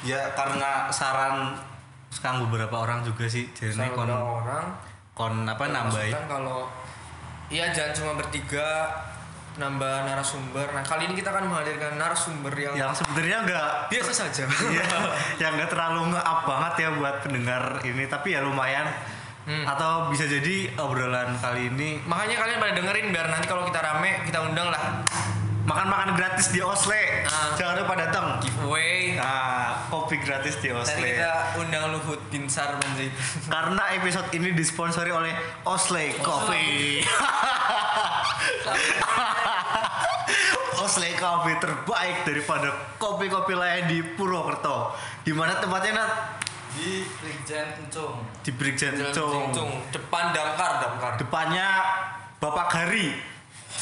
ya karena saran sekarang beberapa orang juga sih jadi Sama kon beberapa orang kon apa nambahin maksudnya kalau iya jangan cuma bertiga nambah narasumber. Nah kali ini kita akan menghadirkan narasumber yang yang sebenarnya enggak biasa saja. Ya. Iya, yang nggak terlalu nge-up banget ya buat pendengar ini tapi ya lumayan Hmm. atau bisa jadi obrolan kali ini Makanya kalian pada dengerin biar nanti kalau kita rame kita undang lah makan-makan gratis di Osle Ah. jangan lupa datang giveaway. nah kopi gratis di Tadi Osle kita undang Luhut Binsar Panjaitan. karena episode ini disponsori oleh Osle Coffee Osle Coffee terbaik daripada kopi-kopi lain di Purwokerto di mana tempatnya Nat? di Brigjen Encung di Brigjen Jalan Cung. Jengcung. Depan damkar, damkar. depannya Bapak Gari.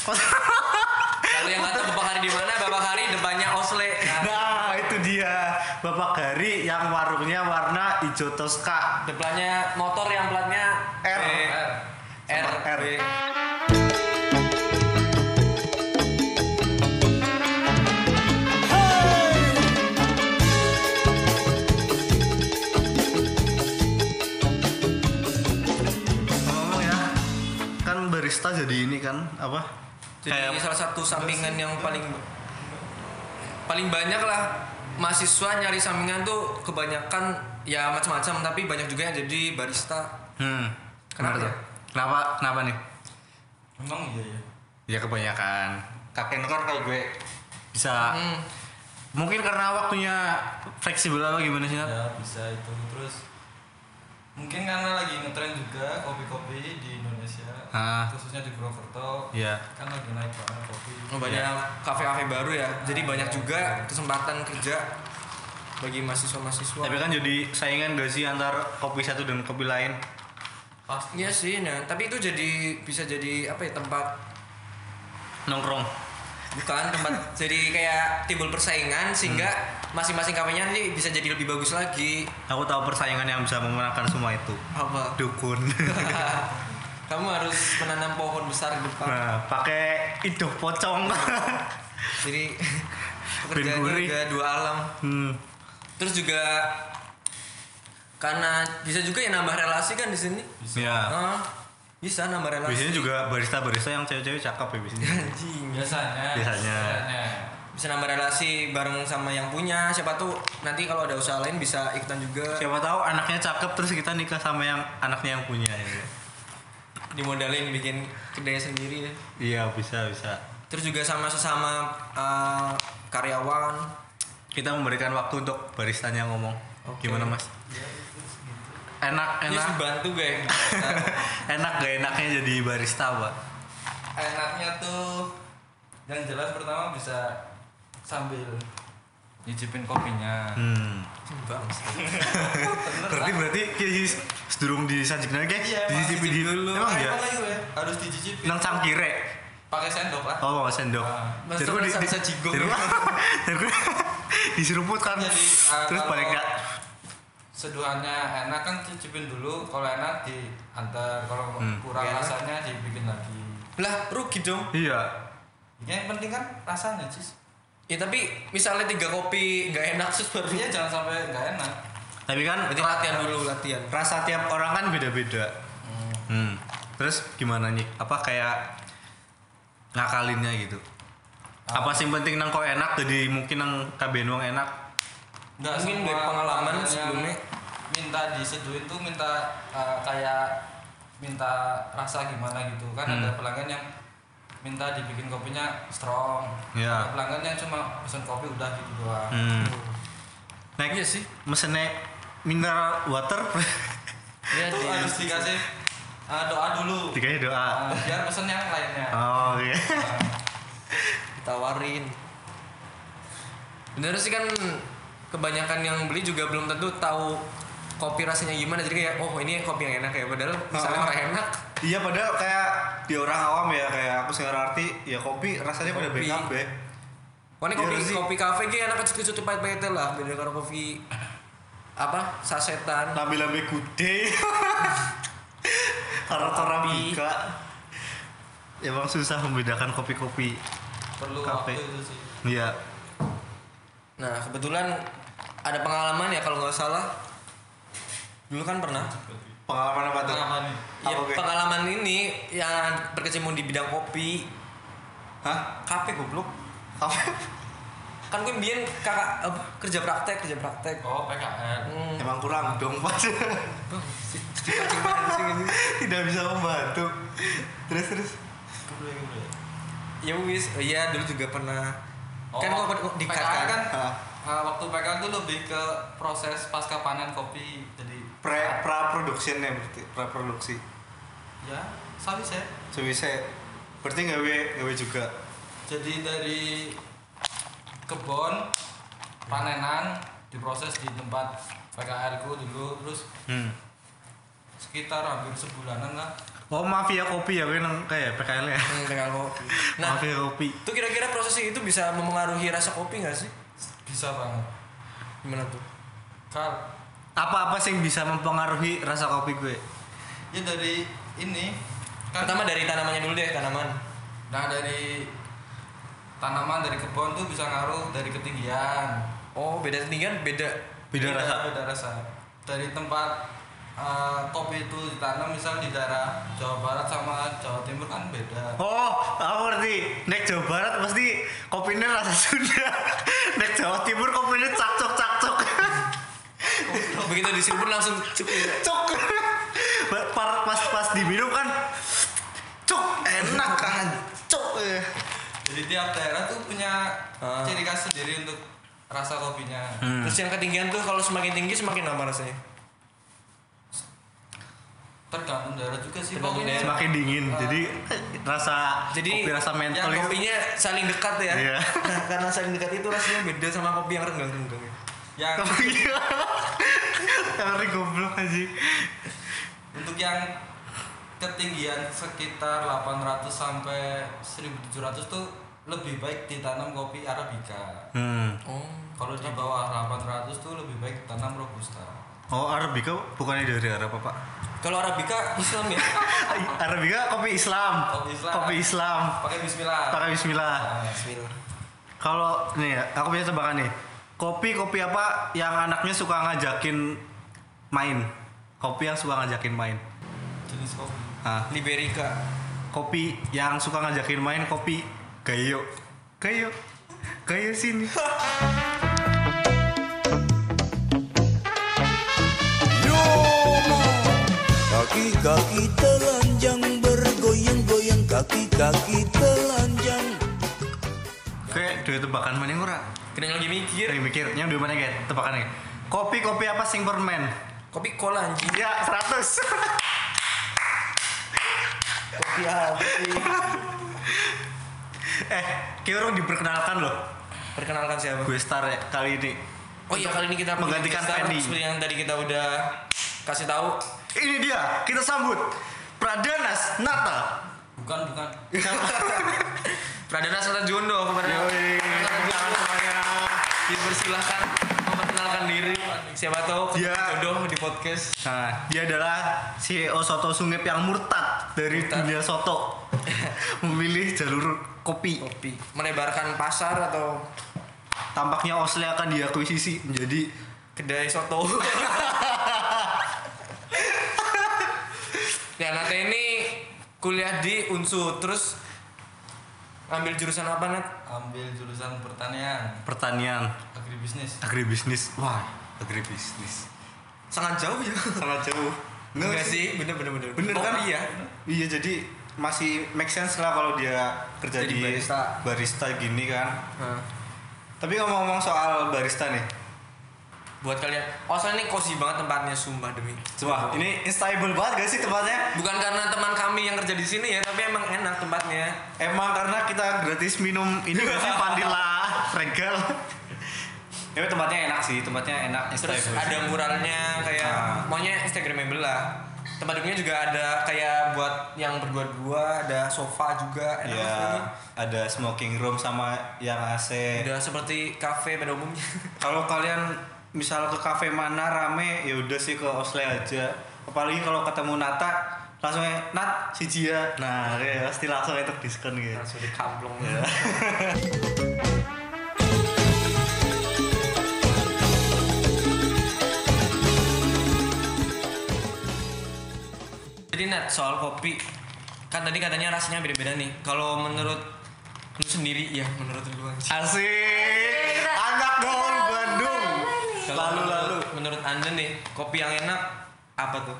Kalau yang nggak tahu Bapak Hari di mana, Bapak Hari depannya Osle. Nah, Nah, itu dia Bapak Gari yang warungnya warna hijau toska. depannya motor yang platnya R. B. R. Sama R. B. Ngomong ya, kan barista jadi ini kan apa? Jadi Kayak salah satu sampingan yang paling paling banyak lah mahasiswa nyari sampingan tuh kebanyakan ya macam-macam tapi banyak juga yang jadi barista. hmm, Kenapa bener ya? tuh. Kenapa kenapa nih? emang iya ya Ya kebanyakan kakek nekor kayak gue bisa Hmm. mungkin karena waktunya fleksibel apa gimana sih? Nat? ya bisa itu terus mungkin karena lagi ngetren juga kopi-kopi di Indonesia Ah. khususnya di Purwokerto Iya. kan lagi naik banget kopi Oh, banyak kafe-kafe baru ya. Ah, Jadi iya. banyak juga kesempatan kerja bagi mahasiswa-mahasiswa. Tapi kan jadi saingan gak sih antar kopi satu dan kopi lain? pasti Iya sih, nah tapi itu jadi bisa jadi apa ya tempat Nongkrong. bukan tempat jadi kayak timbul persaingan sehingga Hmm. masing-masing kafenya nanti bisa jadi lebih bagus lagi Aku tahu persaingan yang bisa memenangkan semua itu. apa? Dukun. Kamu harus menanam pohon besar di depan. nah, pakai iduh pocong. Jadi Ben pekerjaannya Gurih. juga dua alam. hmm. Terus juga karena bisa juga ya nambah relasi kan di sini. Ya. Ah, bisa nambah relasi. Biasanya juga barista-barista yang cewek-cewek cakep ya biasanya. Anjing. biasanya Biasanya. bisa nambah relasi bareng sama yang punya siapa tuh nanti kalau ada usaha lain bisa ikutan juga Siapa tahu anaknya cakep terus kita nikah sama yang anaknya yang punya ya. dimodalin bikin kedai sendiri ya. Iya, bisa bisa. terus juga sama sesama eh, karyawan Kita memberikan waktu untuk baristanya ngomong. Oke. Gimana, Mas? Enak, ini enak. bantu gue enak gak enaknya jadi barista, Pak? enaknya tuh yang jelas pertama bisa sambil nyicipin kopinya Hmm. bangsa Berarti berarti kayak si- sedurung disajik lagi Iya, kayak emang dicicipin di dulu Emang ya? harus dicicipin Nang cangkire. pakai sendok lah Oh, bawa sendok. Ah. Mas, Terus coba di- bisa- di- bisa jigong. gitu. terus- terus diseruput kan. Jadi, ah, Terus kalau- balik gak seduhannya enak kan cicipin dulu kalau enak diantar kalau Hmm. kurang Iya. rasanya dibikin lagi lah rugi dong Iya. yang penting kan rasanya cis ya tapi misalnya tiga kopi nggak enak terus baru iya jangan sampai nggak enak Tapi kan berarti ra- latihan dulu latihan rasa tiap orang kan beda-beda. Hmm. Terus gimana nih? Apa kayak ngakalinnya gitu? Ah. Apa sih yang penting nang kok enak jadi mungkin nang kabeh wong enak. nggak Mungkin semua dari pengalaman makanan yang sebelumnya. minta diseduhin tuh minta eh, kayak minta rasa gimana gitu kan Hmm. ada pelanggan yang minta dibikin kopinya strong Iya. ada pelanggan yang cuma pesen kopi udah gitu doang Hmm. Nek iya sih mesennya mineral water iya itu di- harus dikasih Ya, eh, doa dulu dikasih ya, doa. Eh, biar pesen yang lainnya Nah, Oh iya. ditawarin bener sih kan kebanyakan yang beli juga belum tentu tahu kopi rasanya gimana jadi kayak oh ini kopi yang enak ya padahal misalnya Ah. nggak enak Iya padahal kayak di orang awam ya kayak aku sih arti ya kopi rasanya pada Kopi. BKB. wah ini Iya kopi sih. kopi kafe kayak enak kecut-kecut pahit-pahit lah beda kalau kopi apa sasetan Lambe-lambe gude. Karena orang Kopi. buka. Emang susah membedakan kopi-kopi. perlu Kafe. waktu itu sih Iya. nah kebetulan ada pengalaman ya kalau nggak salah dulu kan pernah Pengalaman apa tuh? Pengalaman nih. Apa ya, gue? pengalaman ini yang berkecimpung di bidang kopi Hah? kafe goblok Apa? kan gue mbien kakak apa, kerja praktek kerja praktek Oh PKN. hmm. Emang kurang dong pas. Cacing banget sih ini. Tidak bisa membantu. Terus terus. Kebelet, kebelet. ya wis oh, iya dulu juga pernah Oh, kan gue di PKN kan Hah? uh, waktu PKN tuh lebih ke proses pasca panen kopi jadi Pre pra production ya berarti pra produksi. ya sabi saya Sebisa berarti gawe gawe juga. jadi dari kebun panenan diproses di tempat PKR ku dulu terus Hmm. sekitar hampir sebulanan lah Oh mafia kopi ya gue nang kayak PKL ya. Hmm, dengan kopi nah mafia kopi. itu kira-kira proses itu bisa memengaruhi rasa kopi nggak sih bisa banget gimana tuh kar Apa-apa sih yang bisa mempengaruhi rasa kopi gue? ya dari ini kan pertama dari tanamannya dulu deh tanaman nah dari tanaman dari kebun tuh bisa ngaruh dari ketinggian oh beda tinggian beda Beda rasa. beda rasa dari tempat eh, kopi itu ditanam misal di daerah Jawa Barat sama Jawa Timur kan beda Oh, aku ngerti. Nek Jawa Barat pasti kopinya rasa Sunda. Nek Jawa Timur kopinya cakcok cakcok. begitu diseruput langsung cuk- Cok. Ba- par- Pas pas diminum kan cok enak kan. Cok. eh. jadi tiap daerah tuh punya Ah. Hmm. ciri khas sendiri untuk rasa kopinya Terus yang ketinggian tuh kalau semakin tinggi semakin lama rasanya. tergantung daerah juga sih Tergantung pokoknya daerah. Semakin dingin. Jadi rasa Jadi Ah, kopi rasa mentol yang itu. kopinya saling dekat ya. Iya. Nah, karena saling dekat itu rasanya beda sama kopi yang renggang-renggang. ya. yang Kopi. Kali goblok kan aja. untuk yang ketinggian sekitar 800 sampai 1700 tuh lebih baik ditanam kopi arabica Hmm. Oh. kalau di bawah 800 tuh lebih baik ditanam robusta Oh, Arabica bukannya dari Arab apa, Pak? Kalau Arabica Islam ya. Arabica kopi Islam. Kopi Islam. Kopi Islam. pakai bismillah Pakai bismillah. Nah, Bismillah. Kalau nih, ya, aku punya tebakan nih. Kopi kopi apa yang anaknya suka ngajakin main? Kopi yang suka ngajakin main. jenis kopi Ah, Liberica. kopi yang suka ngajakin main kopi gayo. Gayo. Gayo sini. Yomo Kaki-kaki telanjang bergoyang-goyang Kaki-kaki telanjang Kayak dua tebakan mana yang ora? Kena lagi mikir. Lagi mikir, yang dua mana kayak tebakannya? Kopi kopi apa sing permen? Kopi cola anjing. Ya, 100. Kopi apa sih? eh, kayak orang diperkenalkan loh. Perkenalkan siapa? Gue star ya kali ini. Oh iya kali ini kita punya Menggantikan guest star, Feni. Seperti yang tadi kita udah kasih tahu. Ini dia, kita sambut Pradanas Nata. bukan bukan Pradana Sultan Jundo kemarin. Yoi, Sultan tepuk tangan Jundo. semuanya. Dipersilahkan memperkenalkan diri. Siapa tahu ketemu Iya. jodoh di podcast. Nah, dia adalah CEO Soto Sungep yang murtad dari Murtad. dunia soto. Memilih jalur kopi. kopi melebarkan pasar atau Tampaknya Osle akan diakuisisi menjadi kedai soto ya Nat ini kuliah di Unsud terus ambil jurusan apa Nat? ambil jurusan pertanian pertanian agribisnis agribisnis. Wah, agribisnis. sangat jauh ya Sangat jauh. enggak sih bener bener bener Bener kan? Kopi ya Iya, jadi masih make sense lah kalau dia kerja Jadi di barista. barista gini kan. Tapi ngomong-ngomong soal barista nih, buat kalian oh soalnya ini cozy banget tempatnya sumpah demi Wah, ini instable banget gak sih tempatnya? bukan karena teman kami yang kerja di sini ya tapi emang enak tempatnya Emang karena kita gratis minum ini gak sih Pandila Regal. Ya tempatnya enak sih, tempatnya enak terus instable. ada muralnya kayak Ah. maunya instagramable lah tempat duduknya juga ada kayak buat yang berdua-dua ada sofa juga enak ya, rasanya. ada smoking room sama yang AC. udah seperti kafe pada umumnya Kalau kalian misal ke kafe mana rame, ya udah sih ke Osle aja. Apalagi kalau ketemu Nata, langsung ya, Nat, si Jia. Nah, kayak pasti langsung etok diskon gitu. langsung di kamplong Ya. Nat, soal kopi. Kan tadi katanya rasanya beda-beda nih. Kalau menurut lu sendiri ya, menurut lu aja. Asik. Anak gaul Bandung. Kalau Lalu-lalu. menurut- Menurut Anda nih, kopi yang enak apa tuh?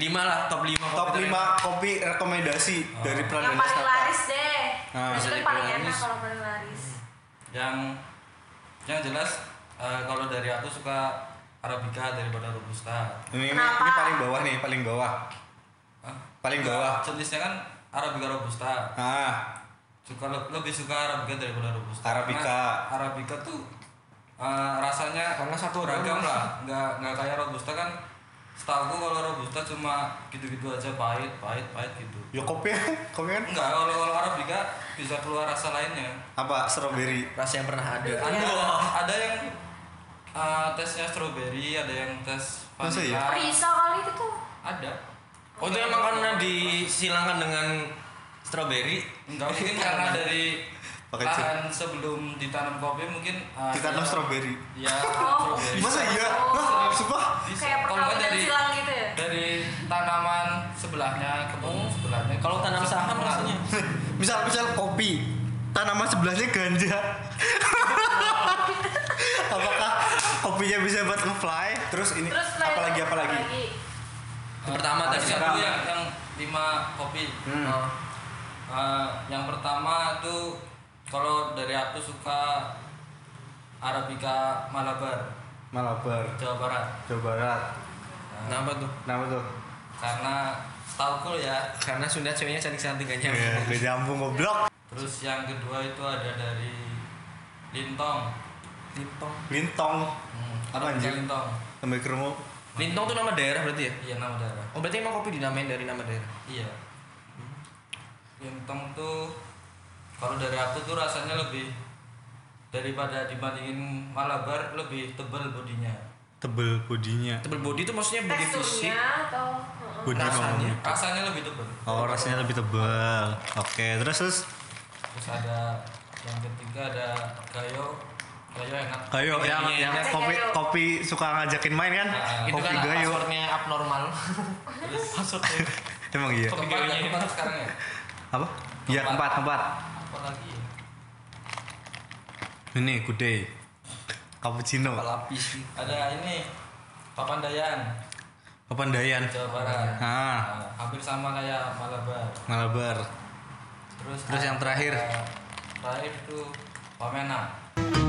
Lima lah, top lima. kopi Top terenak. 5 kopi rekomendasi dari yang Pradana paling Saka. laris deh Nah, itu bisa kan jadi paling paling enak laris. kalau paling laris yang yang jelas eh, kalau dari aku suka arabica daripada robusta Ini, ini, Kenapa? ini paling bawah nih, paling bawah. Hah? Paling bawah. jenisnya kan arabica robusta Ah, suka le- lebih suka arabica daripada robusta Arabica. Karena arabica tuh eh, rasanya Karena satu orang ragam mas. lah nggak nggak kayak robusta kan setahu aku kalau robusta cuma gitu-gitu aja pahit pahit pahit gitu ya kopi, kopi kan enggak kalau kalau arabica bisa keluar rasa lainnya apa? Strawberry. Rasa yang pernah ada. Ya Iya, kan? ada ada yang eh, tesnya strawberry ada yang tes Masa iya? vanilla Riso kali itu tuh ada Oh itu emang karena disilangkan dengan strawberry. Enggak mungkin karena dari Pakai lahan sebelum ditanam kopi mungkin uh, Ditanam ya- strawberry. Ya, Oh. strawberry. Masa iya? Oh. Wah, sumpah. Bisa. kayak Kalau nggak perkawinan dari silang gitu ya dari tanaman sebelahnya ke Oh. pohon sebelahnya. Kalau tanam saham Pengaruh. rasanya. misal misal kopi tanaman sebelahnya ganja apakah kopinya bisa buat ngefly terus ini terus apalagi apalagi Yang pertama Yang tadi satu apa? yang yang lima kopi. Hmm. Oh. Eh, yang pertama itu kalau dari aku suka Arabica Malabar Malabar Jawa Barat Jawa Barat Nah, apa tuh? nama tuh karena setauku ya Karena Sunda ceweknya cantik-cantik aja. ya gak nyambung goblok terus yang kedua itu ada dari Lintong Lintong. lintong Hmm, Apa Arabica anjir? Lintong sampai kerungu Lintong tuh nama daerah berarti ya? Iya nama daerah. Oh berarti emang kopi dinamain dari nama daerah. Iya. Lintong tuh kalau dari aku tuh rasanya lebih daripada dibandingin Malabar lebih tebal bodinya. tebel bodinya Tebel body itu maksudnya body fisik. teksturnya atau Heeh. bodi Rasanya. ngomongnya Rasanya lebih tebal. oh rasanya lebih tebel oke terus terus Terus ada yang ketiga ada gayo. Gayo enak. Gayo ya. yang Iya, yang ngajak kopi Gayo. kopi suka ngajakin main kan Ah, Itu kopi kan gayo passwordnya abnormal. Terus Passwordnya. emang iya Kopi keempat gayonya. ya, keempat sekarang ya. apa ya Keempat. keempat keempat Apa lagi ya? ini gudeg cappuccino Lapis. Ada ini Papandayan Papandayan. Jawa Ah, Barat. Nah, hampir sama kayak Malabar. Malabar. Terus Terus yang terakhir? ada- terakhir itu Pamena.